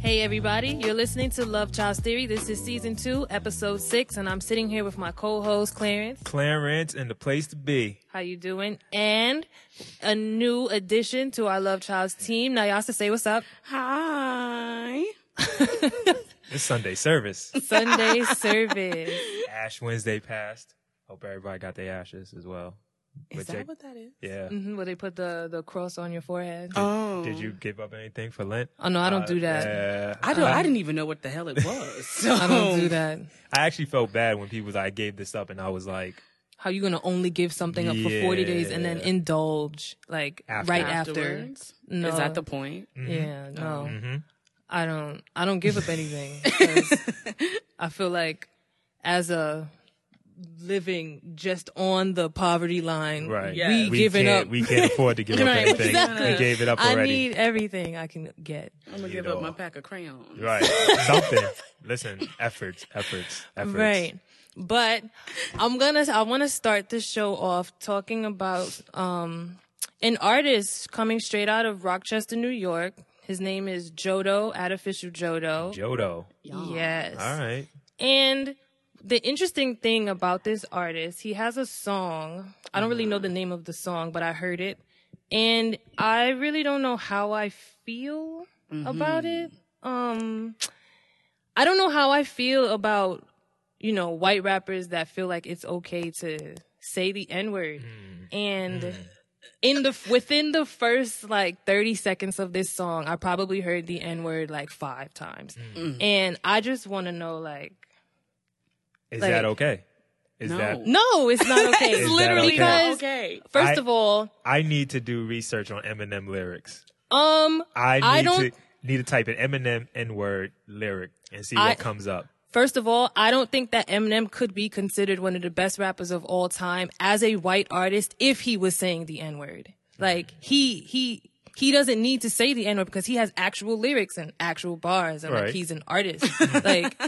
Hey, everybody, you're listening to Love Child's Theory. This is season two, episode six, and I'm sitting here with my co host, Clarence. Clarence and the place to be. How you doing? And a new addition to our Love Child's team. Now, y'all to say what's up. Hi. It's Sunday service. Sunday service. Ash Wednesday passed. Hope everybody got their ashes as well. Is But that check- what that is? yeah. hmm where they put the, the cross on your forehead. Oh. Did you give up anything for Lent? Oh, no, I don't Uh, do that. yeah. I don't. I didn't even know what the hell it was. So. I don't do that. I actually felt bad when people was like, I gave this up, and I was like, How you gonna only give something up for 40 days and then Yeah. indulge like After. right after? Afterwards. No. Is that the point? Mm-hmm. Yeah, no. mhm. I don't I don't give up anything. 'cause I feel like as a living just on the poverty line, right. Yeah. we, We giving can't, up. We can't afford to give up Right, anything. exactly. We gave it up I already. need everything I can get. I'm gonna You give up know. my pack of crayons. Right. Something. Listen, efforts, efforts, efforts. Right. But I'm gonna I wanna start this show off talking about um an artist coming straight out of Rochester, New York. His name is Jodo, at official Jodo. Jodo. Yes. All right. And the interesting thing about this artist, he has a song. I don't really know the name of the song, but I heard it. And I really don't know how I feel about it. Um, I don't know how I feel about, you know, white rappers that feel like it's okay to say the N word. And in the, within the first like 30 seconds of this song, I probably heard the N word like five times. And I just want to know, like, Is Like- that okay? Is No. that no, it's not okay. Is that literally okay? Not because okay. first I- of all, I need to do research on Eminem lyrics. um, I need I to don't- need to type in Eminem N word lyric and see what I- comes up. first of all, I don't think that Eminem could be considered one of the best rappers of all time as a white artist if he was saying the N word. Like he he he doesn't need to say the N word because he has actual lyrics and actual bars, and like Right. he's an artist. like.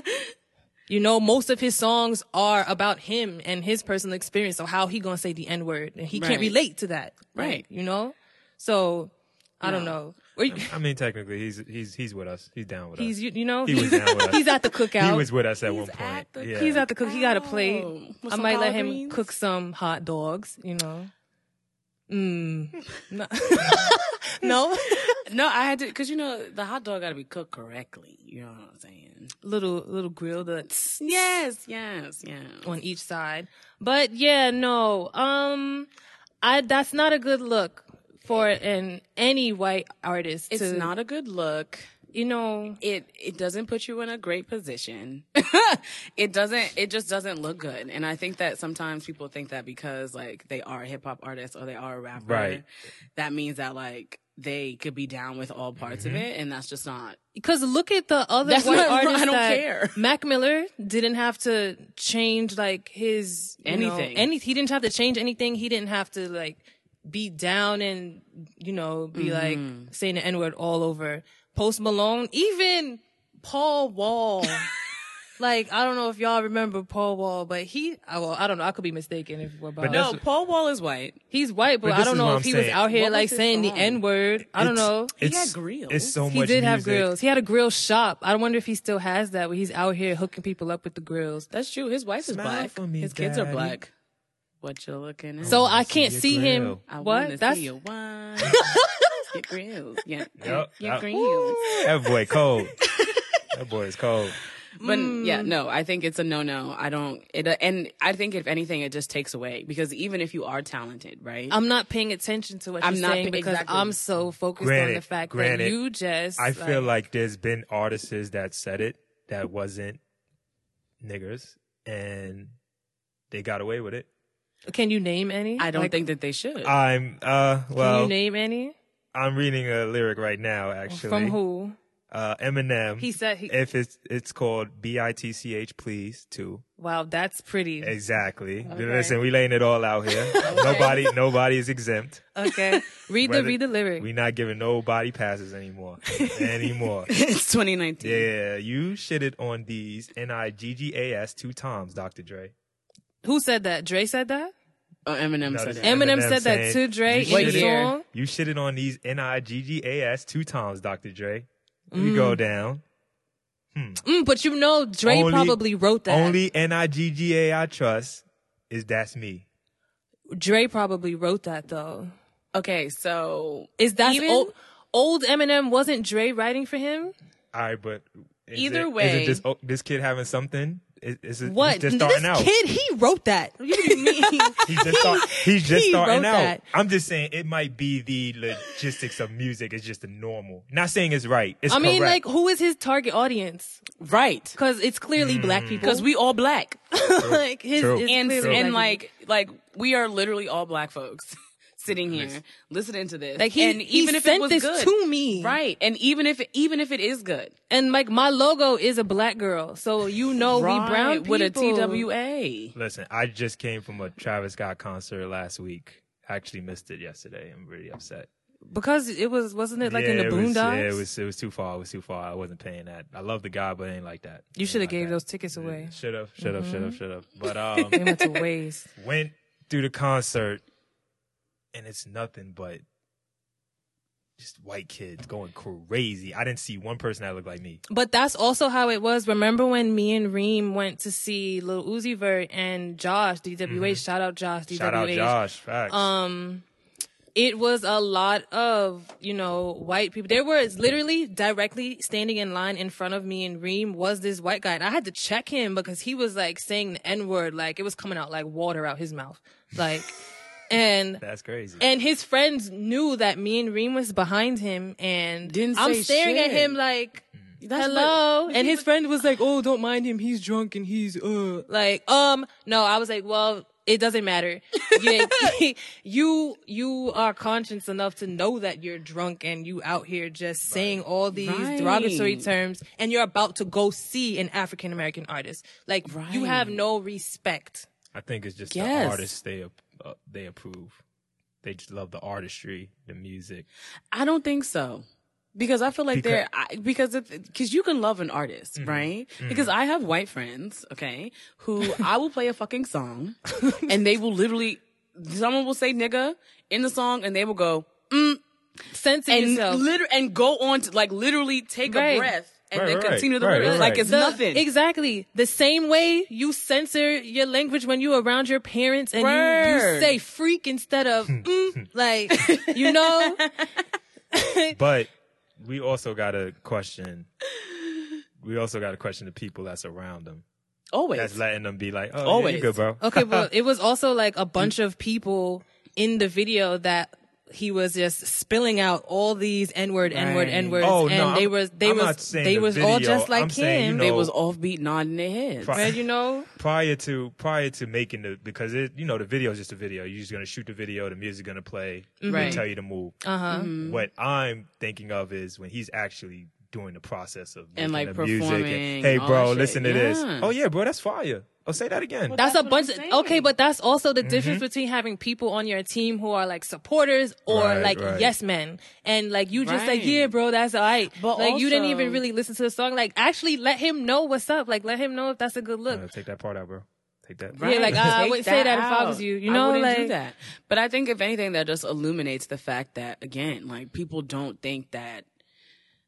You know, most of his songs are about him and his personal experience. So how he gonna say the N word? And he can't Right. relate to that. Like, Right. you know? So, I don't know. Were you- I mean, technically, he's he's he's with us. He's down with He's us. you, you know He he's, was down with us. he's at the cookout. he was with us at one point. at the- yeah. He's at the cook. He got a Ow. plate. Oh, With I some might let collard him greens? cook some hot dogs. You know. Mm. No. no. No, I had to because you know the hot dog got to be cooked correctly. You know what I'm saying? Little little grill that's Yes, yes, yes. on each side. But yeah, no. Um, I that's not a good look for an any white artist. It's to, not a good look. You know. It it doesn't put you in a great position. it doesn't. It just doesn't look good. And I think that sometimes people think that because like they are a hip hop artist or they are a rapper, Right. that means that like they could be down with all parts Mm-hmm. of it, and that's just not. Because look at the other That's white not- I artists. don't that- care. Mac Miller didn't have to change like his you know, Anything. any he didn't have to change anything. He didn't have to like be down and you know be like saying the n word all over. Post Malone, even Paul Wall. like I don't know if y'all remember Paul Wall, but he I- well I don't know. I could be mistaken if we're about. But that's- No, Oh, Paul Wall is white. he's white, but, But I this don't is know what if I'm he was saying. out here What like was his saying the song? n word. I don't It's- know. He it's- had grills. It's so He much. did have music. grills. He had a grill shop. I wonder if he still has that where he's out here hooking people up with the grills. That's true. His wife is Smile black. for me, His kids are Daddy. black. What you looking at? So I Oh, see can't your see him. grill. I want What? to That's see your wine. your grills. Yeah. Yep. Your Yep. grills. That boy cold. that boy is cold. But Mm. yeah, no, I think it's a no no. I don't. It and I think if anything, it just takes away because even if you are talented, right? I'm not paying attention to what I'm you're not saying pay- because exactly. I'm so focused on the Granted, fact that granted, you just. I feel like there's been artists that said it that wasn't niggers, and they got away with it. Can you name any? I don't Like, think that they should. I'm uh Can you well, name any I'm reading a lyric right now actually from who? uh, Eminem. He said he- if it's it's called B I T C H, please too. Wow, that's pretty. Exactly. Listen, we laying it all out here. Nobody, nobody is exempt. Okay, read the Whether- read the lyric. We not giving nobody passes anymore, anymore. it's 2019. Yeah, you shitted on these N I G G A S two times, Dr. Dre. who said that? Dre said that. Oh, Eminem No, said this is it. Eminem, said that saying, to Dre you in the should've- song. You shitted on these N I G G A S two times, Dr. Dre. You go down. Mm, but you know, Dre Only- probably wrote that. Only N I G G A I trust is that's me. Dre probably wrote that though. Okay, so Is that Even- old, old Eminem? Wasn't Dre writing for him? All right, but is Either it, is way- it just oh, this kid having something? Is, is it What? He's just this starting out. kid, he wrote that. You mean? He's just, start, he's just he starting wrote out. that. I'm just saying it might be the logistics of music. It's just the normal. Not saying it's right. It's I mean, correct. like, who is his target audience? right. Because it's clearly black people. Because we all black. like his Mm. True. is and clearly and black like like we are literally all black folks sitting here listening to this. people. like he, and even he if sent it was this good, to me, right? And even if even if it is good, And like my logo is a black girl, so you know we brown Right, people. with a TWA. Listen, I just came from a Travis Scott concert last week. I actually missed it yesterday. I'm really upset. because it was wasn't it like in the it was, boondocks? yeah, it was it was too far. It was too far. I wasn't paying that. I love the guy, but it ain't like that. you should have gave those tickets away. Mm-hmm. Should have, should have, should have, should have. But um, They went to waste. went through the concert, and it's nothing but just white kids going crazy. I didn't see one person that looked like me. But that's also how it was. Remember when me and Reem went to see Lil Uzi Vert and Josh DWH? Shout out Josh DWH. Mm-hmm. Shout out Josh. Facts. Um, it was a lot of you know white people. There was literally directly standing in line in front of me and Reem was this white guy, and I had to check him because he was like saying the N word, like it was coming out like water out his mouth, like, and That's crazy. and his friends knew that me and Reem was behind him, and Didn't I'm say staring at shit. him like, That's hello. what- and his friend was like, "Oh, don't mind him. He's drunk and he's uh." Like, um, no. I was like, well, it doesn't matter. You, you you are conscious enough to know that you're drunk and you out here just saying all these Right. derogatory terms, and you're about to go see an African American artist. Like, you have Right. no respect. I think it's just Yes. the artists they ap- uh, they approve. They just love the artistry, the music. I don't think so. Because I feel like Because- Mm-hmm. they're I, because because you can love an artist, right? Because I have white friends, okay, who I will play a fucking song, and they will literally someone will say nigga in the song, and they will go Censor and yourself. liter- and go on to like literally take Right. a breath and Right, then right, continue the right, lyrics right, like right. it's The- nothing. Exactly. The same way you censor your language when you around your parents and you, you Word. say freak instead of mm, like, you know? But we also got to question. We also got to question the people that's around them. Always. That's letting them be like, oh, Always. Always. you good, bro. Okay, well, it was also like a bunch of people in the video that he was just spilling out all these n-word, n-word, Right. n-words, Oh, no, and they I'm- was they I'm was not saying they the was all video. just like I'm him. saying, you they know- was offbeat nodding their heads. Pro- and you know, Prior to prior to making the because it you know the video is just a video. You're just gonna shoot the video. The music's gonna play. They Mm-hmm. Right. Um, tell you to move. uh huh. What I'm thinking of is when he's actually doing the process of And, making like, the music. performing hey, and all bro, that shit. listen to this. Yeah. Oh yeah, bro, that's fire. Oh, say that again. That's, That's a what bunch I'm of saying. okay, but that's also the difference Mm-hmm. between having people on your team who are like supporters or Right, like right. yes men, and like you just like Right. yeah, bro, that's all right. But like you didn't also- even really listen to the song. Like actually, let him know what's up. Like let him know if that's a good look. Uh, take that part out, bro. Take that. Yeah, like, ah, I Take wouldn't say that if I was out. you. You I know, wouldn't like- do that. But I think if anything, that just illuminates the fact that again, like people don't think that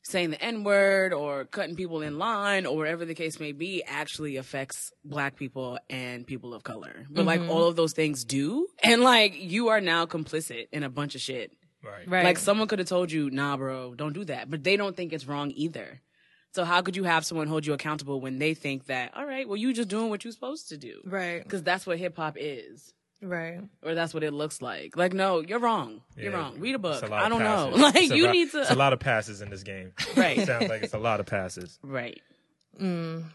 saying the n word or cutting people in line or whatever the case may be actually affects black people and people of color. But Mm-hmm. like all of those things do, and like you are now complicit in a bunch of shit. Right. Right. Like someone could have told you, nah, bro, don't do that. But they don't think it's wrong either. So how could you have someone hold you accountable when they think that, all right, well, you just doing what you're supposed to do? right, Because that's what hip hop is. right. Or that's what it looks like. Like, no, you're wrong. You're Yeah. wrong. Read a It's book. lot I of don't know. passes. Like, It's a you lot- need It's a to. lot of passes in this game. Right. Sounds like it's a lot of passes. Right.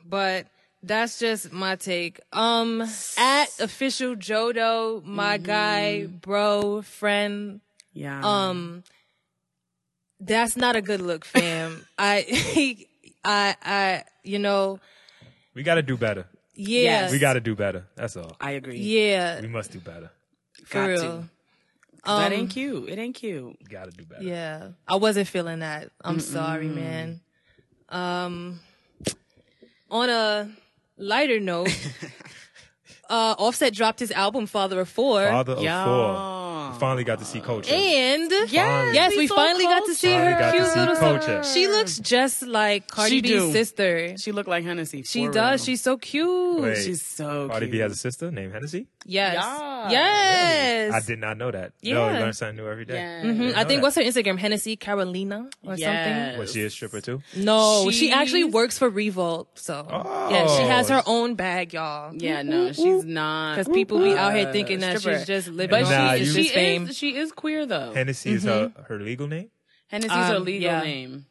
But that's just my take. Um, at official Jodo, my guy, bro, friend, Yeah. Um, that's not a good look, fam. I, I, I, you know, We got to do better. yeah, Yes. We got to do better. That's all. I agree. yeah, We must do better. for got real. to. Um, that ain't cute. It ain't cute. We got to do better. yeah, I wasn't feeling that. I'm sorry, man. Um, on a lighter note, uh, Offset dropped his album Father of Four. Father of four. Aw. Finally got to see culture. And Finally. yes, we, saw finally got to Culture. see Finally her got to cute see little Culture. She looks just like Cardi She B's do. sister. She looked like Hennessy. She for does. real. She's so cute. Wait. she's so Cardi B cute. has a sister named Hennessy. Yes. Yeah. Yes. I did not know that. Yeah. No, you learn something new every day. Yes. Mhm. Didn't I think know that. what's her Instagram? Hennessy Carolina or Yes. Was she a stripper too? something? No, she She's- actually works for Revolt. So Oh. yeah, she has her own bag, y'all. Yeah, no, she's not. Because people be out here a thinking that stripper. she's just living But off Nah, of you- this she, is, fame. she is queer though. Hennessy is her, Mm-hmm. her legal name. Hennessy's her Um, legal yeah. name.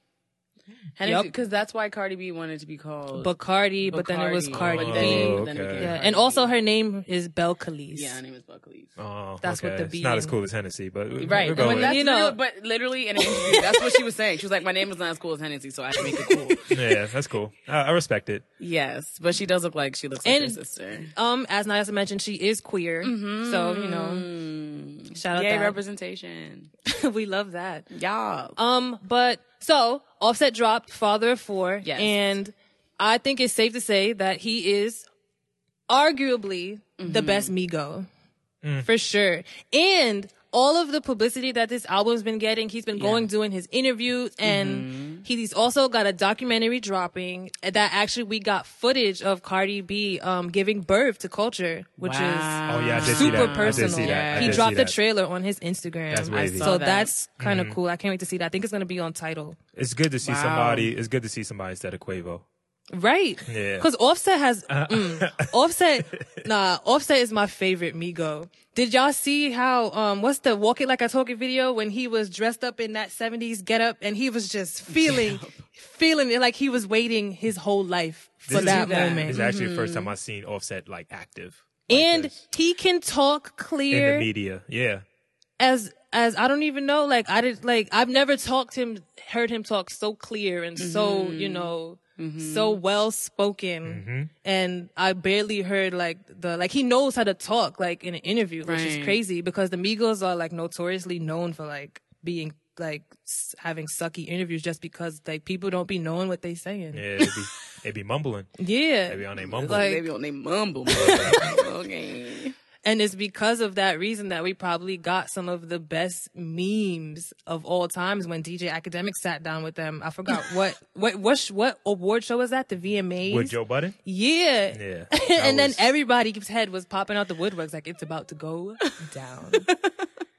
Hennessy, Yup. because that's why Cardi B wanted to be called Bacardi, but then it was Bacardi. Cardi Oh, B. okay. Then it became Yeah, Cardi and B. also her name is Belle Calise. Yeah, her name is Buckley. Oh, That's what okay. the B It's not as in- cool as Hennessy, but we- Right, we'll go but, with that's it. You know- literally- but literally in an interview, that's what she was saying. She was like, "My name is not as cool as Hennessy, so I have to make it cool." yeah, that's cool. I, I respect it. yes, but she does look like she looks like And- her sister. Um, as Nyasa mentioned, she is queer, so you know, Mm. shout out Mm-hmm. yay that. representation, we love that. y'all. Um, but so Offset dropped Father of Four, Yes. and I think it's safe to say that he is arguably the best Migo for sure. And all of the publicity that this album's been getting, he's been going doing his interviews, and he's also got a documentary dropping that actually we got footage of Cardi B um giving birth to Culture, which is Oh yeah, I did see super that. I did see personal. that. I He did see dropped the that. trailer on his Instagram. That's Mm-hmm. wavy. saw so that. that's kind of cool. I can't wait to see that. I think it's gonna be on title. It's good to see Wow. somebody. It's good to see somebody instead of Quavo. Right. Yeah. Uh-uh. Because Offset has mm, Offset nah, Offset is my favorite Migo. Did y'all see how um what's the walk it like I talk it video when he was dressed up in that 70s getup and he was just feeling feeling it like he was waiting his whole life for is- that this moment. Mm-hmm. is actually the first time I've seen Offset like active like and this he can talk in clear the media. Yeah, as as I don't even know, like I did like I've never talked him heard him talk so clear and so, you know, so well spoken. And I barely heard like the like he knows how to talk like in an interview, which Right. is crazy because the Migos are like notoriously known for like being like s- having sucky interviews just because like people don't be knowing what they saying. yeah. It'd be, it'd be mumbling. Yeah. It'd be on a mumble. Like- Baby on they mumble. okay. And it's because of that reason that we probably got some of the best memes of all times when DJ Academic sat down with them. I forgot what what what sh- what award show was that? The VMAs. with Joe Budden. yeah. Yeah. and That then was- everybody's head was popping out the woodworks like it's about to go down.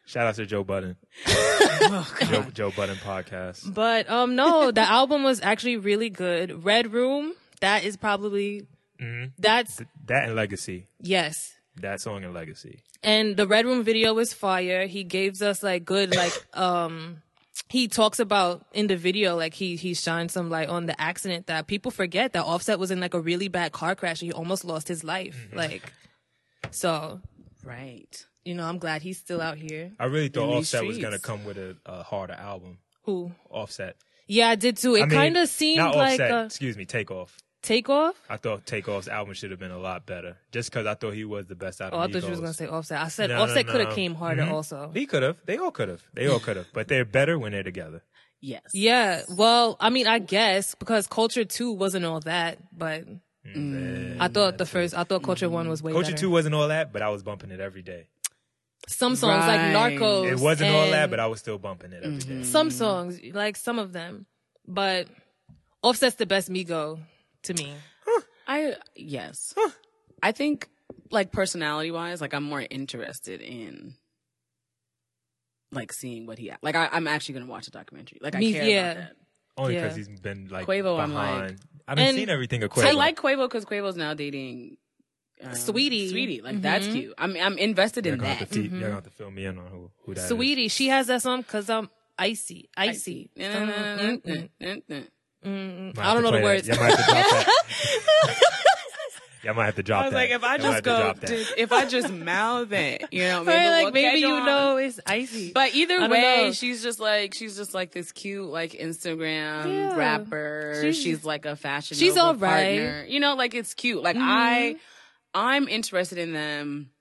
shout out to Joe Budden. Joe, Joe Budden podcast. but um no, the album was actually really good. Red Room, that is probably Mm-hmm. that's That and Legacy. yes. That song and Legacy. and the red room video was fire he gives us like good like um he talks about in the video like he he shined some light on the accident that people forget that offset was in like a really bad car crash and he almost lost his life Mm-hmm. like so Right. you know i'm glad he's still out here I really thought these Offset was streets. gonna come with a, a harder album. who Offset. yeah i did too it I mean, kind of seemed not like Offset. a excuse me, Takeoff. takeoff I thought Takeoff's album should have been a lot better, just because I thought he was the best out oh of i Migos. thought you was gonna say offset i said No, no, Mm-hmm. offset could have no. came harder also He could have. They all could have. They all could have. But they're better when they're together. Yes. yeah well i mean i guess because culture 2 wasn't all that but Mm. Mm, Mm-hmm. I thought the first, I thought Culture One was way Culture better. Two wasn't all that, but I was bumping it every day. Some songs Right. like Narcos. It wasn't all that, and but I was still bumping it every day. some songs like some of them, but Offset's the best Migo to me. I yes. I think like personality wise, like I'm more interested in like seeing what he like. I, I'm actually gonna watch a documentary. Like I Me- care yeah. about that. Only Yeah. because he's been like Quavo, I'm behind. like- I haven't And seen everything of Quavo. I like Quavo because Quavo's now dating um, Sweetie. Sweetie, like that's cute. I'm I'm invested You're in gonna, have to that. te- Mm-hmm. you're gonna have to fill me in on who, who that is. Sweetie, she has that song because I'm icy, icy. Mm, Mm-hmm. mm, mm, I mm, mm. I Might have don't to know the play words. that. Y'all might have to drop that. Y'all might have to drop was that. like, if I Y'all might just have to go, drop that. dude, if I just mouth it, you know, Right, maybe we'll like maybe catch you on. know it's icy. But either don't way, know. she's just like she's just like this cute like Instagram Yeah. rapper. She's, She's- like a fashion. She's Nova all right. Mm-hmm. partner. You know, like it's cute. Like I, I'm interested in them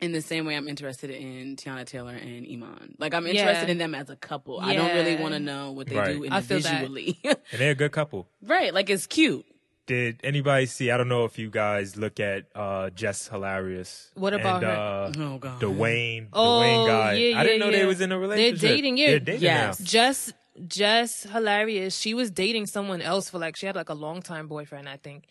in the same way I'm interested in Tiana Taylor and Iman. Like I'm interested Yeah. in them as a couple. I don't really Yeah. want to know what they Right. do I feel that. individually. And they're a good couple. right? Like it's cute. did anybody see? I don't know if you guys look at uh, Jess Hilarious. What about and, her? Uh-huh. Uh, Oh god. Dwayne, Oh, Dwayne guy. yeah, I didn't yeah, know yeah. they was in a relationship. dating, yeah. They're dating Yes. now. Just just hilarious. She was dating someone else for like she had like a long time boyfriend, I think.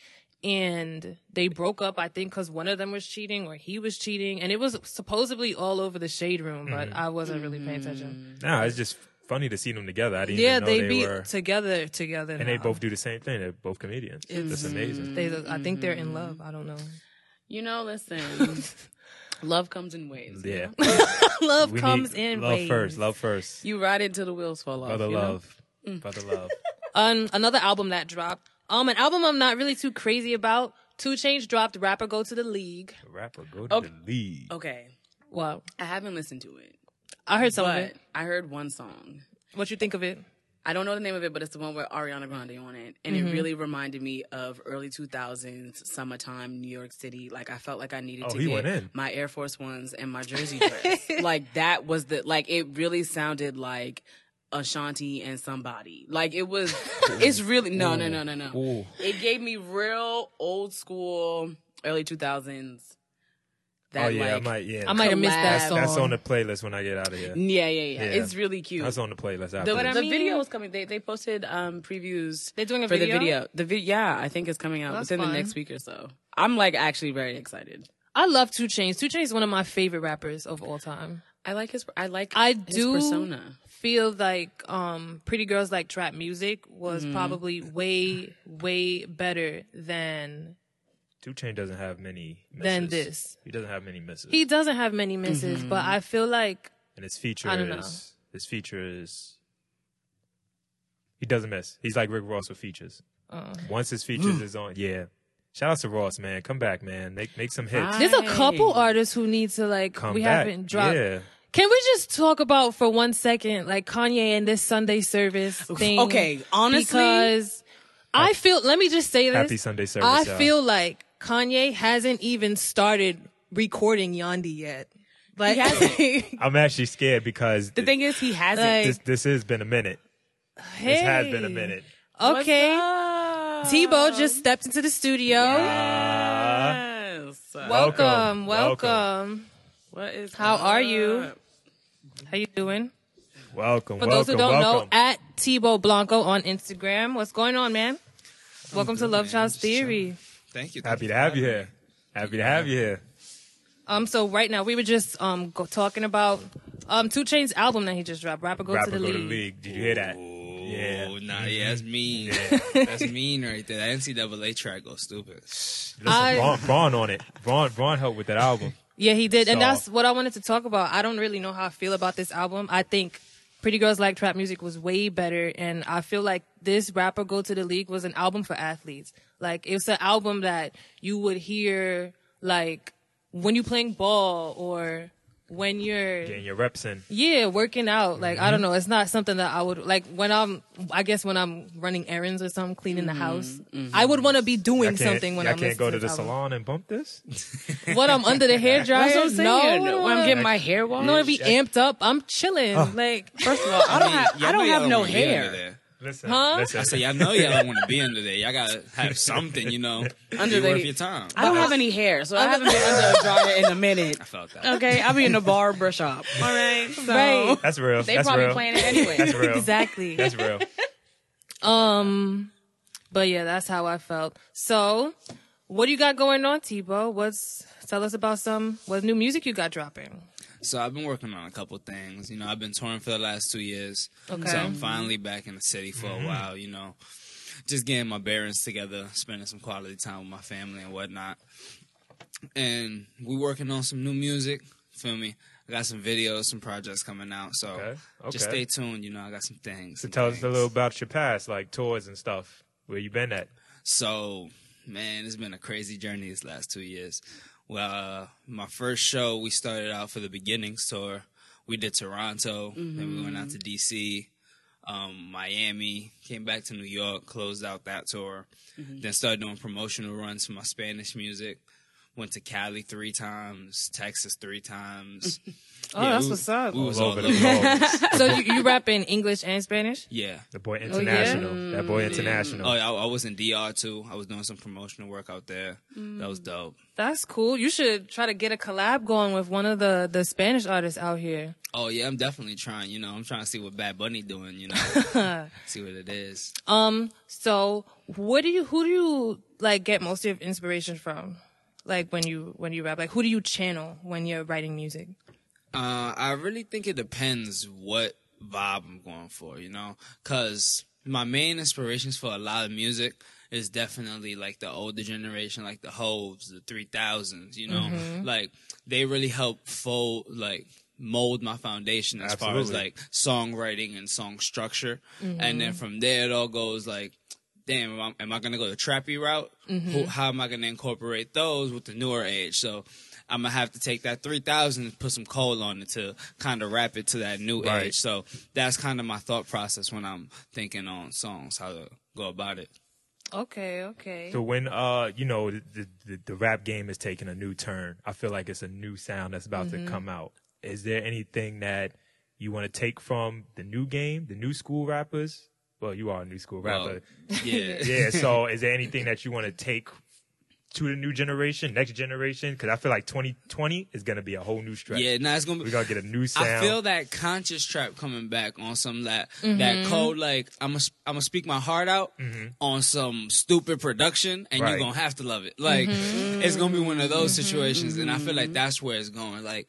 And they broke up, I think, because one of them was cheating or he was cheating. And it was supposedly all over the shade room, but Mm-hmm. I wasn't really paying attention. Nah, it's just funny to see them together. I didn't Yeah, even know they, they, be were. together together. and they now. both do the same thing. They're both comedians. That's amazing. They, I think they're in love. I don't know. You know, listen. love comes in waves. Yeah. love We comes need in Love waves. Mm. first. Love first. You ride it till the wheels fall off. Brother you know? love. Brother love. Um, another album that dropped. Um, an album I'm not really too crazy about. Two Change dropped. Rapper Go to the League. Rapper, go to the league. Oh, Okay. Wow, I haven't listened to it. I heard some of But it. I heard one song. What you think of it? I don't know the name of it, but it's the one with Ariana Grande on it. And Mm-hmm. it really reminded me of early 2000s, summertime, New York City. Like, I felt like I needed Oh, to he get went in. my Air Force Ones and my jersey dress. like, that was the, like, it really sounded like Ashanti and somebody. Like, it was, it's really, no, no, no, no, no. Ooh. It gave me real old school, early 2000s. That, oh yeah, I like, might. Yeah, I might have missed that collab. song. Mm. That's on the playlist when I get out of here. yeah, yeah, yeah, Yeah. It's really cute. That's on the playlist. The, After I this. the mean- video is coming. They they posted um previews They're doing a for video. the video. The vi- yeah, I think it's coming out That's within fun. the next week or so. I'm like actually very excited. I love Two Chains. Two Chains is one of my favorite rappers of all time. I like his. I like. I his do persona. feel like um, Pretty Girls Like Trap Music was probably way, way better than Two Chain doesn't have many. Misses. than this. He doesn't have many misses. He doesn't have many misses, but I feel like and his feature I don't know. is his feature is he doesn't miss. He's like Rick Ross with features. Oh. Once his features is on, yeah. Shout out to Ross, man. Come back, man. Make make some hits. Right. there's a couple Right. artists who need to like Come we back. haven't dropped. Yeah. Can we just talk about for one second, like Kanye and this Sunday service thing? Okay, honestly- because I feel. Let me just say this. Happy Sunday service, I y'all. feel like Kanye hasn't even started recording Yandi yet. Like, hasn't. I'm actually scared because The thing is, he hasn't. Like, this this has been a minute. hey, This has been a minute. Okay, What's up? Tebow just stepped into the studio. Uh, Yes. Welcome, welcome, Welcome, welcome. What is? How are you? up? How you doing? welcome. For welcome, those who don't welcome. know, at Tebow Blanco on Instagram. What's going on, man? Welcome to good, Love man. Child's Just chilling. Theory. Thank you. happy Thank to have you for here. Happy to have you here. Um, so right now we were just um go- talking about um Two Chain's album that he just dropped, Rapper Go, to, Rapper the go league. to the league. Did you hear that? having me. Yeah. Ooh, Nah, yeah, that's Mm-hmm. mean. that's mean right there. That NCAA track goes stupid. Listen, I- Braun, Braun on it. Braun, Braun helped with that album. Yeah, he did, and So- that's what I wanted to talk about. I don't really know how I feel about this album. I think Pretty Girls Like Trap Music was way better, and I feel like this Rapper Go to the League was an album for athletes. Like it's an album that you would hear like when you're playing ball or when you're Getting your reps in. Yeah, working out. Like I Mm-hmm. don't know, it's not something that I would like when I'm. I guess when I'm running errands or something, cleaning the house, I would want to be Mm-hmm. I doing can't, something when I I'm. can't go to the this album. salon and bump this. What I'm under the hair dryer? That's what I'm saying. No, I don't When wanna- I'm getting my hair washed. I don't want to be amped up. I'm chilling. Oh. Like first of all, I I, don't mean, have. y'all I don't know y'all have no wanna be hair. under there. Listen, Huh? listen. I say y'all know y'all don't want to be under there. Y'all gotta have something, you know. Under be the- worth your time. I don't have any hair, so I haven't been under a dryer in a minute. I felt that. Okay, I'll be in the barber shop. All right, so Right. That's real. they That's probably real. playing it anyway. That's real. Exactly. That's real. Um, but yeah, that's how I felt. So, what do you got going on, Tebow? What's tell us about some what new music you got dropping? So I've been working on a couple things. You know, I've been touring for the last two years. Okay. So I'm finally back in the city for Mm-hmm. a while, you know. Just getting my bearings together, spending some quality time with my family and whatnot. And we working on some new music, feel me? I got some videos, some projects coming out. So Okay, just okay. stay tuned, you know, I got some things. So some tell us a things. little about your past, like tours and stuff. Where you been at? So, man, it's been a crazy journey these last two years. Well, uh, my first show, we started out for the beginnings tour. We did Toronto, then we went out to Mm-hmm. DC, um, Miami, came back to New Mm-hmm. York, closed out that tour, then started doing promotional runs for my Spanish music. Went to Cali three times, Texas three times. Oh, that's what's up. We was All all over over the the So you, you rap in English and Spanish? Yeah. The boy Oh, yeah? Mm. international. That boy international. Oh, yeah, I, I was in DR too. I was doing some promotional work out there. That Mm. was dope. That's cool. You should try to get a collab going with one of the, the Spanish artists out here. Oh yeah, I'm definitely trying. You know, I'm trying to see what Bad Bunny doing. You know, see what it is. Um, so what do you who do you like get most of your inspiration from? Like when you when you rap, like who do you channel when you're writing music? Uh, I really think it depends what vibe I'm going for, you know, because my main inspirations for a lot of music is definitely like the older generation, like the Hoves, the 3000s, you know, like they really help fold, like, mold my foundation as far as Absolutely. like songwriting and song structure. And then from there, it all goes like, damn, am I, am I going to go the trappy route? Who, how am I going to incorporate those with the newer age? So I'm going to have to take that 3000 and put some coal on it to kind of wrap it to that new Right. age. So that's kind of my thought process when I'm thinking on songs, how to go about it. Okay, okay. So when uh you know the, the the rap game is taking a new turn, I feel like it's a new sound that's about Mm-hmm. to come out. Is there anything that you want to take from the new game, the new school rappers? Well, you are a new school rapper. Well, yeah. yeah. So is there anything that you want to take to the new generation, next generation? Because I feel like 2020 is gonna be a whole new stretch. Yeah, now it's going to We're be. gonna get a new sound. I feel that conscious trap coming back on some that that Mm-hmm. code like I'm gonna I'm gonna speak my heart out on some stupid production and Mm-hmm. Right. you're gonna have to love it. Like Mm-hmm. it's gonna be one of those situations, and I feel like that's where it's going. Like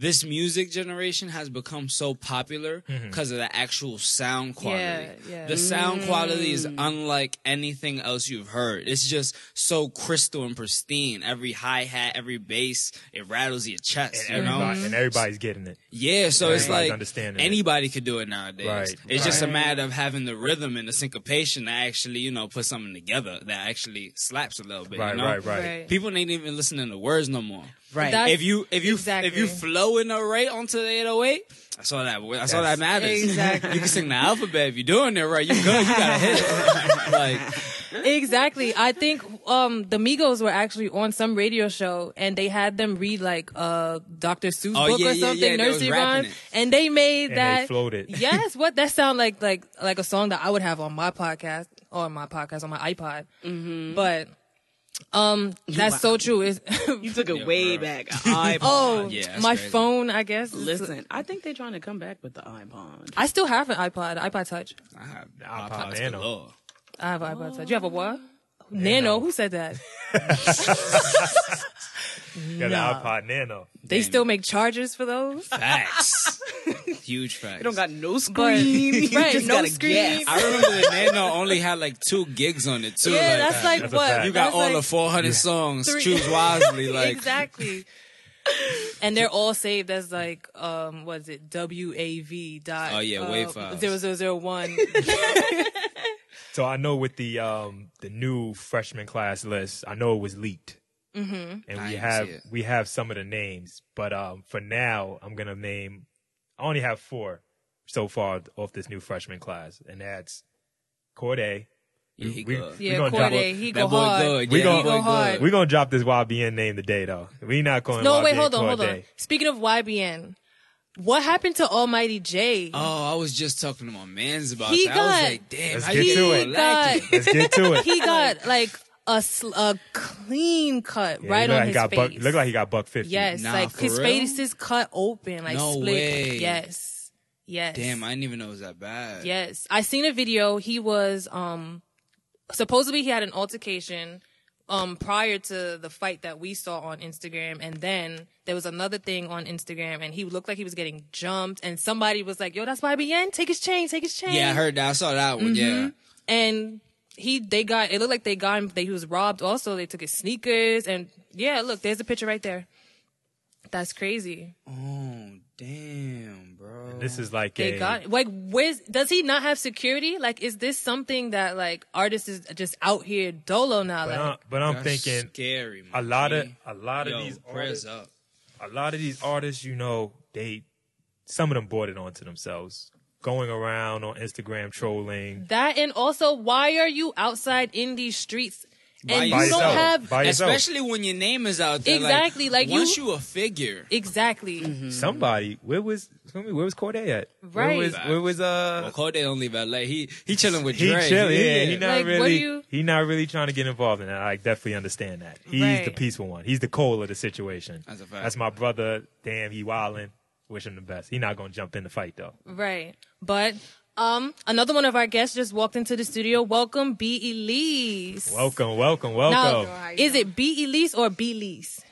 this music generation has become so popular Mm-hmm. because of the actual sound quality. Yeah, yeah. Mm. The sound quality is unlike anything else you've heard. It's just so crystal and pristine. Every hi hat, every bass, it rattles your chest. and, you know, everybody, Mm-hmm. and everybody's getting it. yeah, so it's Everybody's like understanding it. anybody could do it nowadays. Right, It's just a matter of having the rhythm and the syncopation to actually, you know, put something together that actually slaps a little bit. Right, you know? right, right, Right. People ain't even listening to words no more. Right. That- if you if you exactly. if you flow in a rate onto the 808, I saw that. I saw Yes. that matters. Exactly. You can sing the alphabet if you're doing it right. You good. You got a hit. like exactly. I think um the Migos were actually on some radio show and they had them read like uh Dr. Seuss Oh, book yeah, or yeah, something, yeah, they was nursery rapping rhyme, it. and they made And that they floated. Yes, what that sound like like like a song that I would have on my podcast or on my podcast on my iPod. Mm-hmm. But um that's so true. Is You took it way bro. back. iPod. oh Yeah, that's my crazy. phone, I guess. is- Listen, I think they're trying to come back with the iPod. I still have an iPod, an iPod Touch. I have iPod iPods Nano. galore. I have an iPod Touch. You have a Uh, what? Nano. Who said that? Got Nah. an iPod Nano. They still make chargers for those. Facts. Huge facts. They don't got no But screen. You right, just no gotta screen. guess. I remember the Nano only had like two gigs on it too. Yeah, like, that's like That's a what fact. You got that's all like the 400 songs. three- Choose wisely. Like, exactly. And they're all saved as like um what is it WAV dot uh, Oh, yeah, wave files. zero zero zero one. So I know with the um the new freshman class list, I know it was leaked, mm-hmm. and I we didn't have see it. we have some of the names, but um for now I'm gonna name. I only have four so far off this new freshman class, and that's Corday. yeah, he We- good. we Yeah, gonna drop Corday, a- he that go boy hard. good. We yeah, gonna- that boy He go hard. good. We're gonna drop this YBN name today, though. We not going. No, YBN wait, hold on, hold on. Corday. Speaking of YBN, what happened to Almighty J? Oh, I was just talking to my mans about He that. I got- was like, damn, Let's how get you to gonna it. like it? Got- Let's get to it. he got like a sl- a clean cut Yeah, he right look on like he his got face. buck- look like he got buck fifty. yes, Nah, like for his real? face is cut open, like No split. way. Yes, yes. Damn, I didn't even know it was that bad. Yes, I seen a video. He was um supposedly he had an altercation um prior to the fight that we saw on Instagram, and then there was another thing on Instagram, and he looked like he was getting jumped, and somebody was like, "Yo, that's YBN. Take his chain. Take his chain." Yeah, I heard that. I saw that one. Mm-hmm. Yeah. and. He, they got, it looked like they got him, they, he was robbed also. They took his sneakers and yeah, look, there's a picture right there. That's crazy. Oh, damn, bro. This is like They a got like where's does he not have security? Like is this something that like artists is just out here dolo now? but uh, Like I'm, but I'm That's thinking scary. a man. lot of a lot of Yo, these artists prayers up. a lot of these artists, you know, they some of them bought it onto themselves, going around on Instagram trolling. that and also why are you outside in these streets By and you By yourself. don't have By yourself. Especially when your name is out there. Exactly, like, you- once you a figure, exactly Mm-hmm. Somebody, where was excuse me, where was Corday at? Where Mm-hmm. Right. was where was uh well, Corday don't leave LA. He he chilling with he Dre. chill, yeah, he not Like, what really do you- he not really trying to get involved in that. I definitely understand that. He's the Right. peaceful one. He's the coal of the situation. That's a fact. That's my brother. Damn, he wildin'. Wish him the best. He not gonna jump in the fight though. right but um another one of our guests just walked into the studio welcome b elise Welcome, welcome, now welcome. is it b elise or b elise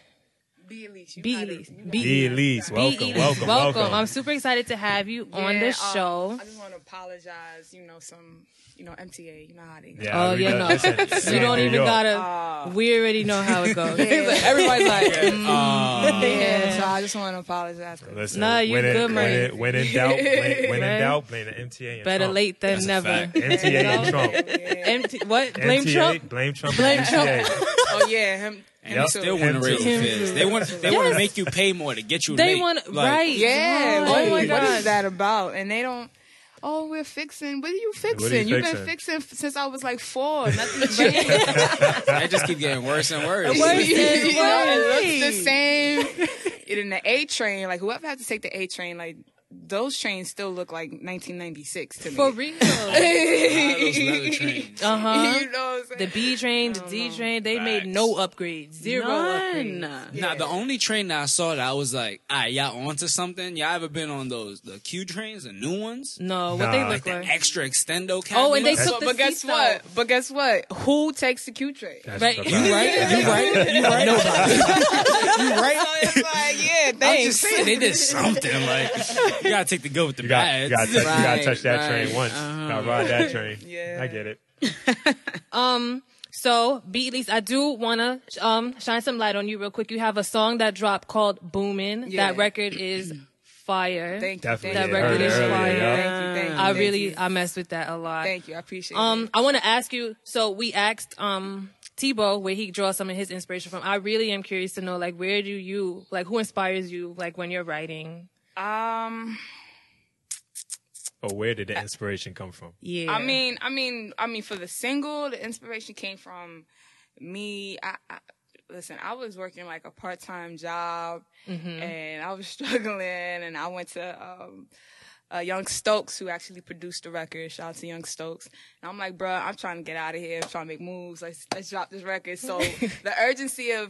B Elise. you b gotta- elise you D. Elise, B. welcome, Elise. welcome, welcome. i'm super excited to have you on Yeah, the um, show I just want to apologize. You know, some, you know, MTA. You know how they go. Yeah, Oh, we yeah, done- no. listen, we you in don't New even York. gotta we already know how it goes Everybody's like, Yeah. Oh. So I just want to apologize. 'cause Listen, Nah, you when in- good, when Murray. in- When in doubt, blame- when Right? in doubt, blame the MTA. And better Trump. late than Oh, That's a never fact. MTA and No. Trump. Empty, what blame MTA, trump Blame Trump. Blame and Trump. MTA. Oh yeah, him. And Yep. they still want to raise your Him fees. too. They want they want Yes. to make you pay more to get you. They late. want Like, right. Yeah. Right. What, Oh my what god. is that about? And they don't. Oh, we're fixing. What are you fixing? What are you You've fixing? been fixing f- since I was like four. Nothing's changed. They just keep getting worse and worse. Worse You than know, worse. it looks the same. And in the A train, like whoever had to take the A train, like those trains still look like 1996 to me. For real. God, those leather trains. Uh huh. you know what I'm saying? The B train, the Oh, D train, they made no upgrades. Zero upgrades. none. Nah, the only train that I saw that I was like, ah, y'all onto something. Y'all ever been on those the Q trains, the new ones, No, what they Nah. look the like. extra extendo cabinets? Oh, and they That's- took But, the but guess seats what? out. But guess what? Who takes the Q train? That's Right. the You fact. right. You right. You right. So it's like, yeah, I'm thanks. just saying they did something. Like you gotta take the good with the You got, bad. you, got to touch, you got to Right, touch that right. train once. You got to ride Uh-huh. that train. Yeah. I get it. So, B Elise, I do wanna um shine some light on you real quick. You have a song that dropped called Boomin'. Yeah. That record is fire. Thank you. Definitely. Thank you. That record is Thank you, fire. Thank you. Thank you. I thank really you. I messed with that a lot. Thank you. I appreciate Um, it. I want to ask you. So we asked um Tebow where he draws some of his inspiration from. I really am curious to know, like, where do you like who inspires you, like when you're writing? Um, Or where did the inspiration come from? Yeah, I mean, I mean, I mean, for the single, the inspiration came from me. I, I listen. I was working like a part time job, Mm-hmm. and I was struggling. And I went to um, uh, Young Stokes, who actually produced the record. Shout out to Young Stokes. And I'm like, bruh, I'm trying to get out of here. I'm trying to make moves. Let's let's drop this record. So the urgency of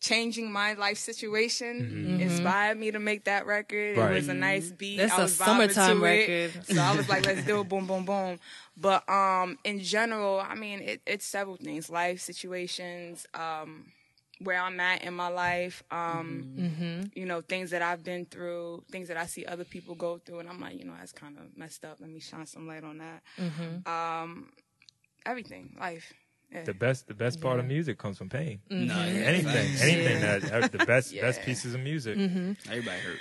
changing my life situation inspired me to make that record. Right. It was a nice beat. Mm-hmm. That's I a was vibing summertime to it. record. So I was like, let's do it, boom, boom, boom. But um, in general, I mean, it, it's several things: life situations, um, where I'm at in my life, um, Mm-hmm. you know, things that I've been through, things that I see other people go through, and I'm like, you know, that's kind of messed up. Let me shine some light on that. Mm-hmm. Um, everything, life. Yeah. The best, the best part of music comes from pain. Mm-hmm. No, Anything, everybody- anything that that- the best, Yeah. best pieces of music. Mm-hmm. Everybody hurt.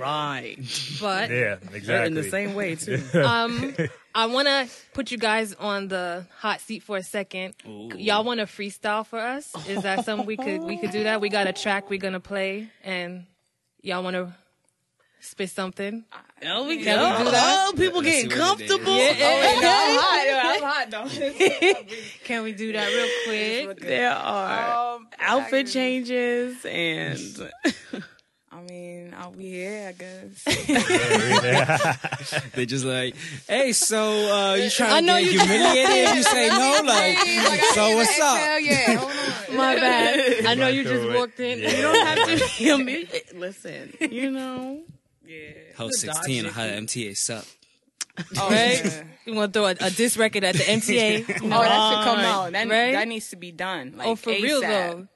Right. but Yeah, In the exactly. same way, too. um, I want to put you guys on the hot seat for a second. Y'all want to freestyle for us? Is that something we could we could do that? We got a track we're gonna play, and y'all want to spit something? Oh, we Can we do that? Oh, people Let's see getting what they did. comfortable. Oh, I'm hot. yo, I'm hot though. Can we do that real quick? There are um, outfit I- changes and I mean, are we here? I guess. They just like, hey, so uh, you trying to know get you- humiliated? if you say no, like, so what's up? Hell yeah! Hold on. My bad. I know Like you the just way- walked in. Yeah. You don't have to. listen, you know. Ho sixteen, how the MTA suck. Oh, Right? yeah. You want to throw a, a diss record at the MTA? Oh, that should come out. That, Right? that needs to be done. Like, oh, for real ASAP. though.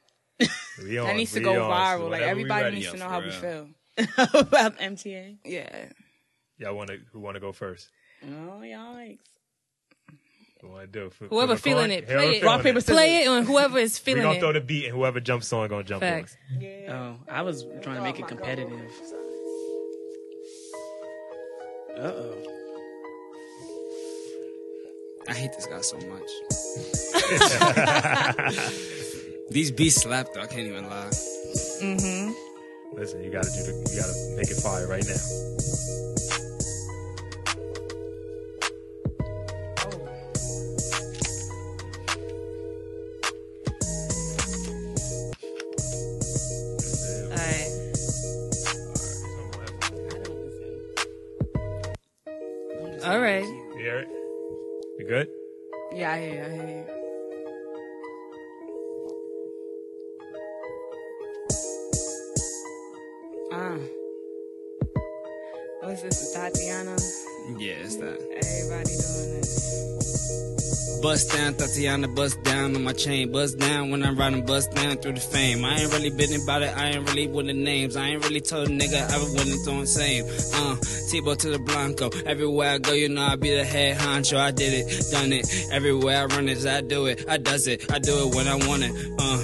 We on, That needs to we go on, so viral. Like whenever we everybody ready. needs to Yeah, know for how we real. feel. About MTA. Yeah. Y'all want to? Who want to go first? Oh, yikes. Who want to do? Who- Whoever who feeling going? it, play it. Whoever feeling Rock, paper, scissors. Play it on whoever is We feeling gonna throw it. the beat, and whoever jumps on gonna jump Facts. on. Oh, I was trying to make it competitive. Uh oh. I hate this guy so much. These beats slap though. I can't even lie. Listen, you gotta do. The, you gotta make it fire right now. All right. You hear it? You good? Yeah, I hear you, I hear you. Ah. What's Ah. this, Tatiana? Yeah, it's that. Everybody doing this. Bust down, Tatiana, bust down on my chain. Bust down when I'm riding, bust down through the fame. I ain't really been about it, I ain't really with the names. I ain't really told a nigga I was winning doing same. Uh, Tebow to the Blanco. Everywhere I go, you know I be the head honcho. I did it, done it. Everywhere I run is I do it, I does it, I do it when I want it. Uh,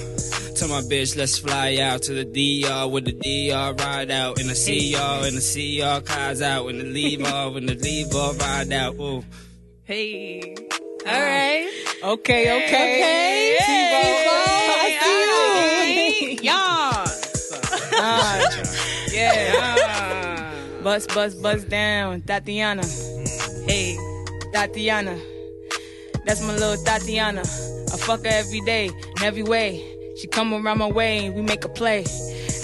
Tell my bitch, let's fly out to the DR with the DR ride out and the CR and the CR cars out and the leave off and the leave off ride out. Ooh. Hey. All right. Okay, okay. Hey. Tebow, I see you. Hey. Y'all. Yeah. Buzz, buzz, buzz down. Tatiana. Hey, Tatiana. That's my little Tatiana. I fuck her every day, in every way. She come around my way, we make a play.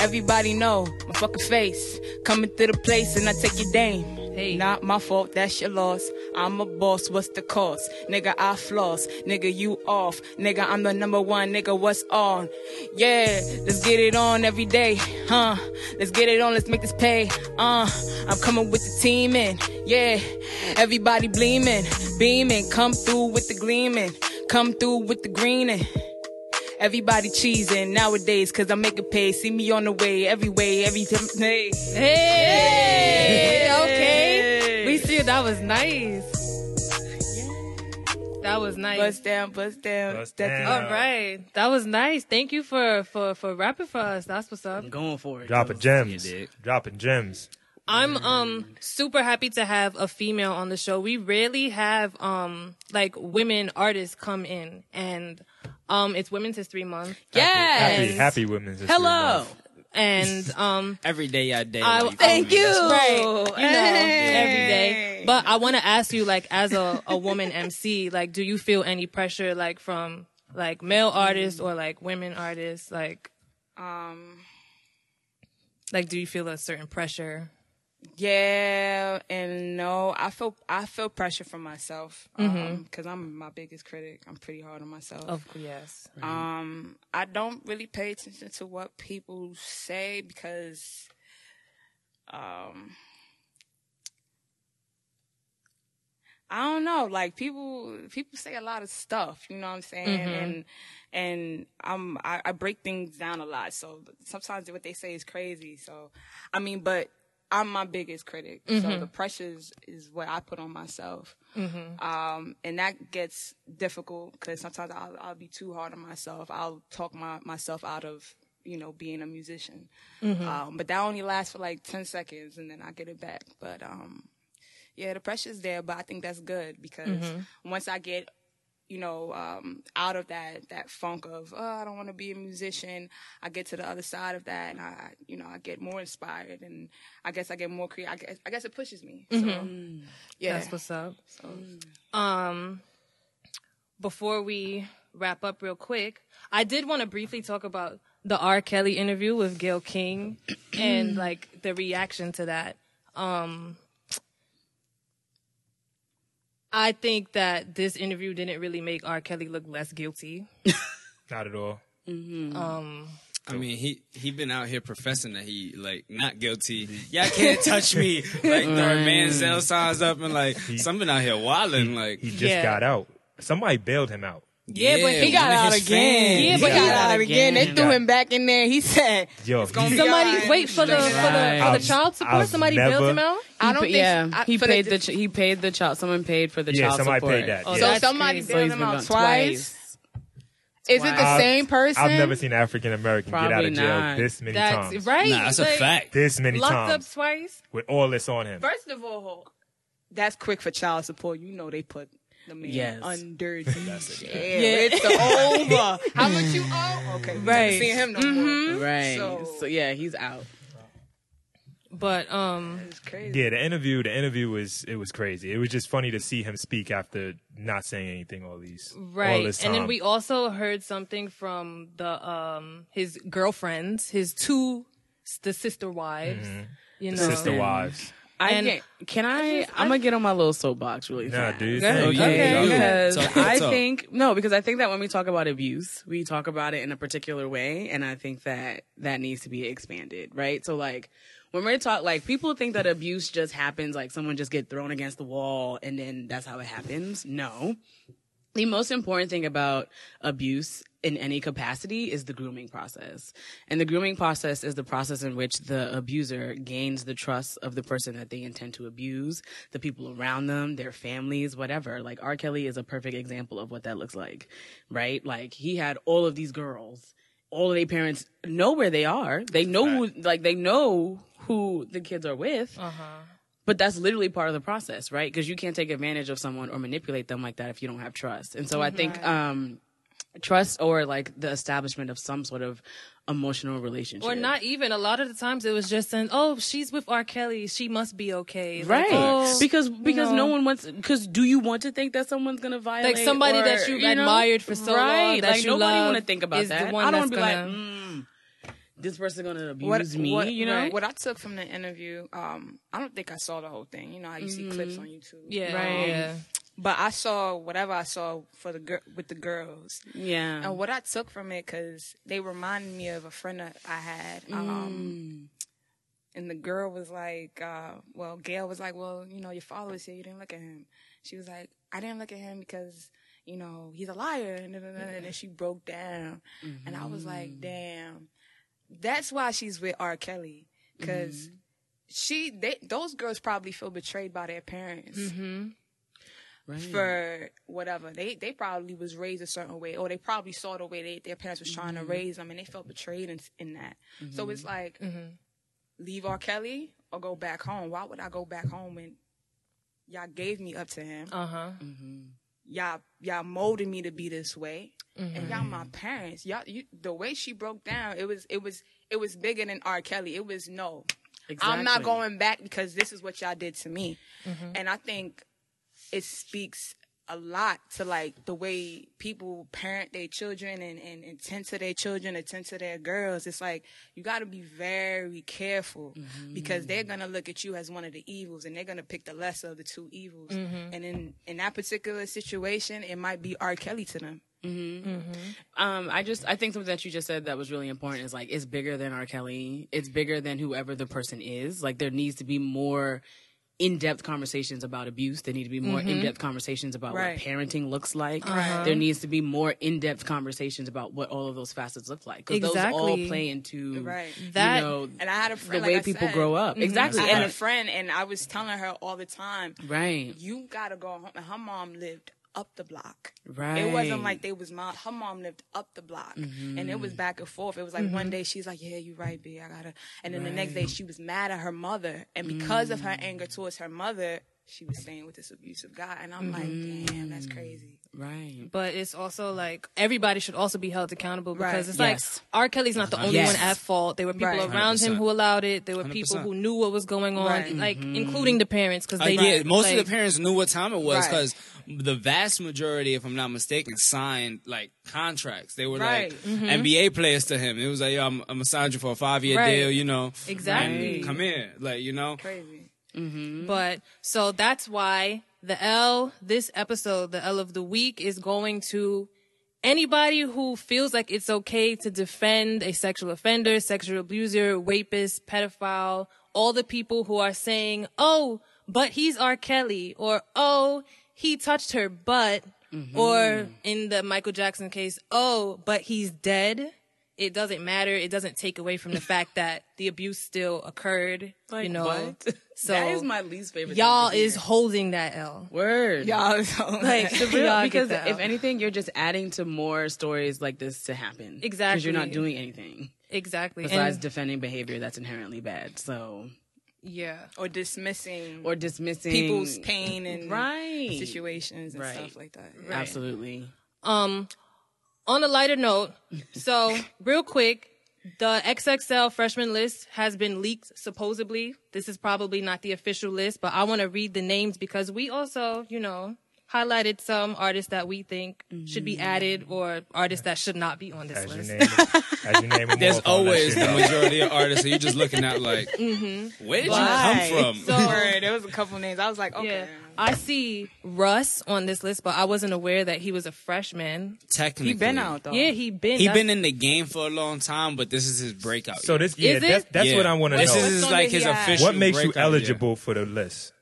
Everybody know my fucking face. Coming through the place and I take your dame. Hey. Not my fault, that's your loss. I'm a boss, what's the cost? Nigga, I floss. Nigga, you off. Nigga, I'm the number one. Nigga, what's on? Yeah, let's get it on every day, huh? Let's get it on, let's make this pay, uh. I'm coming with the team in, yeah. Everybody bleaming, beaming. Come through with the gleaming, come through with the greening. Everybody cheesing nowadays, cause I'm making pay. See me on the way, every way, every time. Hey. Hey. Yay. Okay. We see that was nice. That was nice. Bust down, bust down. Bust That's down. it. All right. That was nice. Thank you for for for rapping for us. That's what's up. I'm going for it. Dropping gems. dick. Dropping gems. I'm um super happy to have a female on the show. We rarely have um like women artists come in and um it's Women's History Month Happy, happy women's. History Hello. Month. and um Every day I day. I- like, oh, thank feel me? That's right you know Hey. every day. But I want to ask you like as a a woman MC like do you feel any pressure like from like male artists or like women artists like Um, like do you feel a certain pressure? yeah, and no, I feel I feel pressure from myself because I'm my biggest critic. I'm pretty hard on myself. Of yes. Um, I don't really pay attention to what people say because, um, I don't know. Like people, people say a lot of stuff. You know what I'm saying? And and I'm I, I break things down a lot. So sometimes what they say is crazy. So I mean, but I'm my biggest critic. So the pressures is what I put on myself um, and that gets difficult because sometimes I'll, I'll be too hard on myself. I'll talk my, myself out of you know being a musician, um, but that only lasts for like ten seconds, and then I get it back. But um, yeah, the pressure's there, but I think that's good because once I get you know um, out of that that funk of oh, I don't want to be a musician, I get to the other side of that, and I you know I get more inspired, and I guess I get more creative. I guess, I guess it pushes me. So yeah. That's what's up. So- Um, before we wrap up real quick, I did want to briefly talk about the R. Kelly interview with Gail King and like the reaction to that. Um, I think that this interview didn't really make R. Kelly look less guilty. Not at all. Mm. Um, I mean, he he been out here professing that he like not guilty. Y'all can't touch me. Like throwing Manziel signs up and like something out here wilding. Like He just Yeah. got out. Somebody bailed him out. yeah, but he got one of out his again. fans. Yeah, He but got, he out again. They threw Yeah. him back in there. He said, Yo, gonna he- be- somebody Yeah. wait for the for the for I've- the child support. I've Somebody bailed never- him out. "I don't But think yeah, I- he for paid the the, ch- he paid the child. Someone paid for the Yeah, child somebody support. paid that. Oh, yeah. so that's somebody crazy. So bailed he's him been out gone twice. Is it the I've- same person? I've never seen an African American get out Probably of jail not. this many That's times. right. Nah, that's a Like, fact. This many Locked times up twice. with all this on him. First of all, that's quick for child support. You know they put the man Yes. under the jail. It's over. Mm-hmm. How much you owe? Okay, we Right. never seen him no more. Right. So- So, yeah, he's out. But um, It's crazy. Yeah, the interview, the interview was it was crazy. It was just funny to see him speak after not saying anything all these right all this time. and then we also heard something from the um his girlfriends his two the sister wives you know sister wives. I And can't- can I? I'm gonna get on my little soapbox really Nah, fast. dude. ahead. thank you. Okay. Yo, because Talk your I talk. think no, because I think that when we talk about abuse, we talk about it in a particular way, and I think that that needs to be expanded, right? So like when we're talk, like people think that abuse just happens, like someone just get thrown against the wall, and then that's how it happens. No, the most important thing about abuse in any capacity is the grooming process. And the grooming process is the process in which the abuser gains the trust of the person that they intend to abuse, the people around them, their families, whatever. Like R. Kelly is a perfect example of what that looks like, right? Like he had all of these girls, all of their parents know where they are. They know who, like they know who the kids are with. Uh-huh. But that's literally part of the process, right? Because you can't take advantage of someone or manipulate them like that if you don't have trust. And so I think um, trust or like the establishment of some sort of emotional relationship. Or not even. A lot of the times it was just an, oh, she's with R. Kelly. She must be okay. Like, Right. oh, because because no know. one wants because do you want to think that someone's gonna violate like somebody or, that you, know? admired for so long Right. that like you nobody love wanna think about is the that. one I that's don't wanna be gonna- like mm, this person's gonna abuse What- me, what- you know? right, what I took from the interview, um, I don't think I saw the whole thing. You know how you see clips on YouTube, Um, Yeah. Right. yeah. But I saw whatever I saw for the gir- with the girls, Yeah. and what I took from it because they reminded me of a friend that I had. Um, And the girl was like, uh, well, Gail was like, well, you know, your father's here. You didn't look at him. She was like, I didn't look at him because, you know, he's a liar. And, then- and then she broke down. And I was like, damn. That's why she's with R. Kelly. Because she, they, those girls probably feel betrayed by their parents Mm-hmm. Right. for whatever. They they probably was raised a certain way, or they probably saw the way they, their parents was trying to raise them, and they felt betrayed in, in that. So it's like, Mm-hmm. leave R. Kelly or go back home. Why would I go back home when y'all gave me up to him? Uh huh. y'all y'all molded me to be this way, and y'all my parents. Y'all, you, the way she broke down, it was it was it was bigger than R. Kelly. It was no. I'm not Exactly. Mm-hmm. going back because this is what y'all did to me. And I think it speaks a lot to like the way people parent their children and, and, and tend to their children, attend to their girls. It's like you got to be very careful Mm-hmm. because they're gonna look at you as one of the evils, and they're gonna pick the lesser of the two evils. Mm-hmm. And in in that particular situation, it might be R. Kelly to them. Um, I just I think something that you just said that was really important is like it's bigger than R. Kelly. It's bigger than whoever the person is. Like there needs to be more in-depth conversations about abuse. There need to be more in-depth conversations about Mm-hmm. Right. Uh-huh. what parenting looks like. There needs to be more in-depth conversations about what all of those facets look like. Because those all Exactly. play into Right. That- you know, And I had a the friend way like I people said, mm-hmm. grow up. Exactly. I had a And, friend, and I was telling her all the time, right. you gotta go home. And her mom lived up the block. Right. Mm-hmm. It wasn't like they was mom. Her mom lived up the block, and it was back and forth. It was like one day she's like, "Yeah, you right, B. I gotta," and then the next day she was mad at her mother, and because of Mm. her anger towards her mother, she was staying with this abusive guy. And I'm Mm-hmm. like, "Damn, that's crazy." right. But it's also like everybody should also be held accountable because Right. it's Yes. like R. Kelly's not the only Yes. one at fault. There were people Right. around him 100%. who allowed it. There were people 100%. who knew what was going on, Right. like including the parents because Uh, they yeah, most like, of the parents knew what time it was Right. because the vast majority, if I'm not mistaken, signed like contracts. They were like Right. NBA players to him. It was like, yo, I'm, I'm gonna sign you for a five year Right. deal, you know. Exactly. And come here, like you know. Crazy. Mm-hmm. But so that's why the L this episode, the L of the week, is going to anybody who feels like it's okay to defend a sexual offender, sexual abuser, rapist, pedophile, all the people who are saying, "Oh, but he's R. Kelly," or "Oh, he touched her butt," Mm-hmm. or in the Michael Jackson case, "Oh, but he's dead." It doesn't matter. It doesn't take away from the fact that the abuse still occurred. you know, what? so that is my least favorite. thing y'all to hear. is holding that L. word. Y'all, Like real, y'all because get that if L. anything, you're just adding to more stories like this to happen. Because you're Exactly. not doing anything exactly besides And- defending behavior that's inherently bad. So yeah, or dismissing or dismissing people's pain and right situations and Right. stuff like that. Absolutely. Um, on a lighter note, so real quick, the XXL freshman list has been leaked supposedly. This is probably not the official list, but I want to read the names because we also, you know, highlighted some artists that we think should be added or artists that should not be on this As you list. name, as you name 'em There's off, I'll let always you the know. majority of artists that you're just looking at like, where did Mm-hmm. Why? you come from? So- Word, there was a couple names. I was like, okay. Yeah. I see Russ on this list, but I wasn't aware that he was a freshman. Technically, He been out though. Yeah, he been. He that's- been in the game for a long time, but this is his breakout. So year. this, yeah, it? that's, that's Yeah. what I want to know. This is What his, song like did his he add? official. what makes you breakout year. eligible for the list?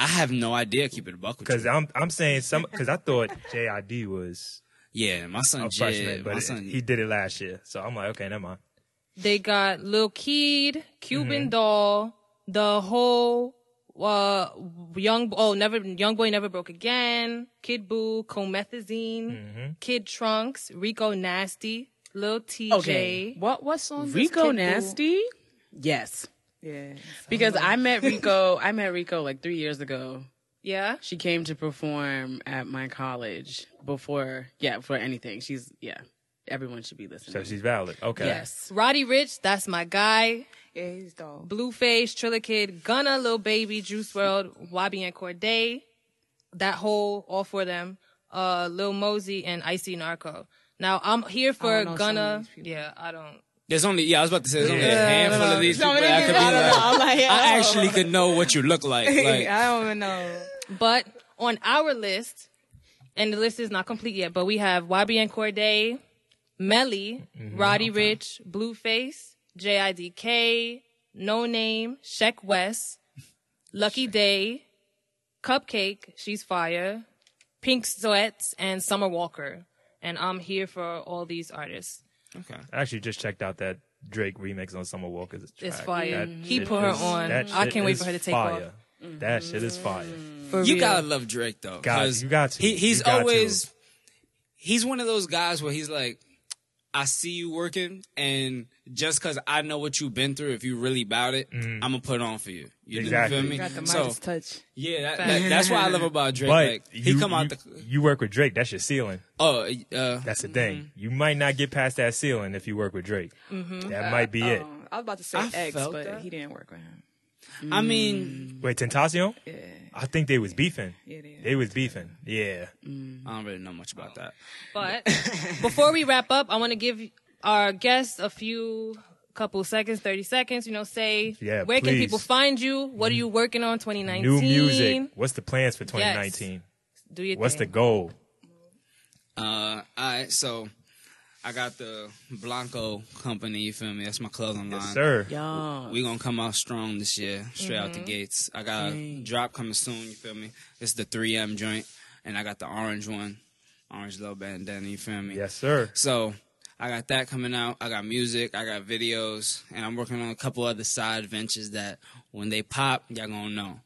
I have no idea. Keep it a buck with Because you. I'm I'm saying some because I thought JID was Yeah, my son a Jed. freshman, My but son. he did it last year. So I'm like, okay, never mind. They got Lil Keed, Cuban Doll, the whole uh young oh never young boy never broke again, Kid Boo, Comethazine, Kid Trunks, Rico Nasty, Lil TJ. Okay. What what song? Rico Nasty? Yes. Yeah. Because I met Rico, I met Rico like three years ago. Yeah. She came to perform at my college before, yeah, before anything. She's, yeah, everyone should be listening. So she's valid. Okay. yes. Roddy Rich, that's my guy. Yeah, he's dope. Blueface, Trilla Kid, Gunna, Lil Baby, Juice World, Wabi and Corday, that whole all for them, uh, Lil Mosey and Icy Narco. Now I'm here for don't know some Gunna. of these people. Yeah, I don't. there's only yeah. I was about to say there's only a handful of these people Some of that I them could people, be I don't know. like. I'm like, I oh. actually could know what you look like. Like I don't even know. But on our list, and the list is not complete yet, but we have YBN Corday, Melly, Roddy Rich, Blueface, JIDK, No Name, Sheck West, Lucky Day, Cupcake, She's Fire, Pink Sweats, and Summer Walker. And I'm here for all these artists. okay. I actually just checked out that Drake remix on Summer Walker's track. It's fire. That He shit put her is- on. that I shit can't wait is for her to take fire. off. Mm-hmm. Mm-hmm. That shit is fire. For You real. gotta love Drake though. God, 'cause you got to. He, he's You got to. always he's one of those guys where he's like, I see you working, and just because I know what you've been through, if you really about it, I'm gonna put it on for you. You Mm-hmm. Exactly. do, you feel me? Got the so Midas touch. yeah, that, Facts. that- that's what I love about Drake. But like he you, come out you, the you work with Drake, that's your ceiling. oh uh, That's Mm-hmm. the thing. You might not get past that ceiling if you work with Drake. Mm-hmm. That might be it. Um, I was about to say I X, felt but that. he didn't work with him. I mean Wait, Tentacion? Yeah. I think they was beefing. Yeah, they- They was beefing. Yeah. Mm. I don't really know much about that. But before we wrap up, I want to give our guests a few couple seconds, 30 seconds, you know, say Yeah, where can please. people find you? What are you working on 2019? New music. What's the plans for 2019? Do your What's the thing. goal? Uh, all right, so I got the Blanco company. You feel me? That's my clothing line. Yes, sir. Y'all. We gonna come out strong this year, straight out Mm-hmm. the gates. I got a drop coming soon. You feel me? It's the 3M joint, and I got the orange one, orange little bandana. You feel me? Yes, sir. So I got that coming out. I got music. I got videos, and I'm working on a couple other side ventures that when they pop, y'all gonna know.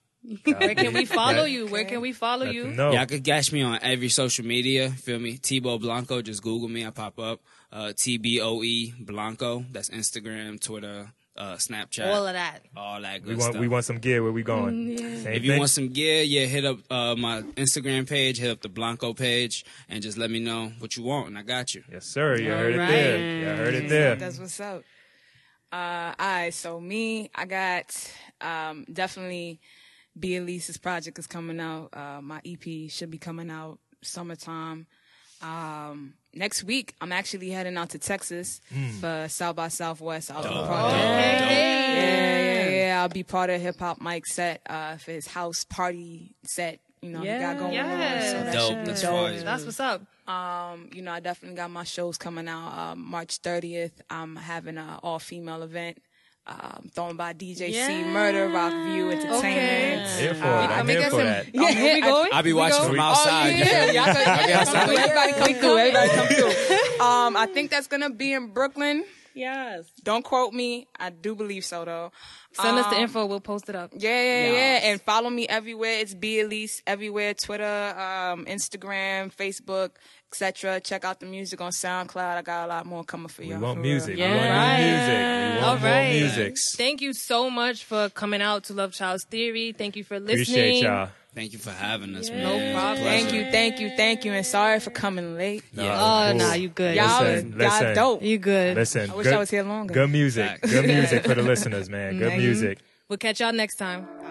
Where can we follow you? Where can we follow Let them you? know. Y'all can catch me on every social media. Feel me? Tebow Blanco. Just Google me. I pop up. Uh, T B O E Blanco. That's Instagram, Twitter, uh, Snapchat, All of that. all that we good want stuff. we want some gear. Where we Mm, going? Same if you thing? want some gear, yeah, hit up uh, my Instagram page, hit up the Blanco page, and just let me know what you want, and I got you. Yes, sir. You All heard right. it there. You heard it there. That's what's up. Uh, all right, so me, I got um, definitely B. Elise's project is coming out. Uh, my EP should be coming out summertime. Um, next week, I'm actually heading out to Texas for South by Southwest. I'll be part of yeah, yeah, yeah. I'll be part of Hip Hop Mike set uh, for his house party set. You know, he got going Yes. on. So that Dope. should be That's dope. fire. That's what's up. Um, you know, I definitely got my shows coming out. Um, March 30th, I'm having an all female event um, thrown by DJ C Murder, Rock View Entertainment. Okay. Here for it. Uh, I I'm think here that's for a- that. Yeah, Where we going? I'll be We watching go? from Oh, outside. you yeah, feel me? y'all come- y'all come through. Everybody come through. Everybody come through. Um, I think that's gonna be in Brooklyn. Yes. Don't quote me. I do believe so though. Send us the info. We'll post it up. Yeah, yeah, Yes. yeah. And follow me everywhere. It's B Elise everywhere. Twitter, um, Instagram, Facebook, etc. Check out the music on SoundCloud. I got a lot more coming for We y'all. want for real. music. Yeah. We want Right. new music. We All want right. more music. Thank you so much for coming out to Love Child's Theory. Thank you for listening. Appreciate y'all. Thank you for having us, No man. problem. Pleasure. Thank you, thank you, thank you, and sorry for coming late. Oh, Cool. nah, you good. Y'all, Listen, y'all listen. dope. You good. Listen. I wish good, I was here longer. Good music. Facts. Good music for the listeners, man. Good music. We'll catch y'all next time.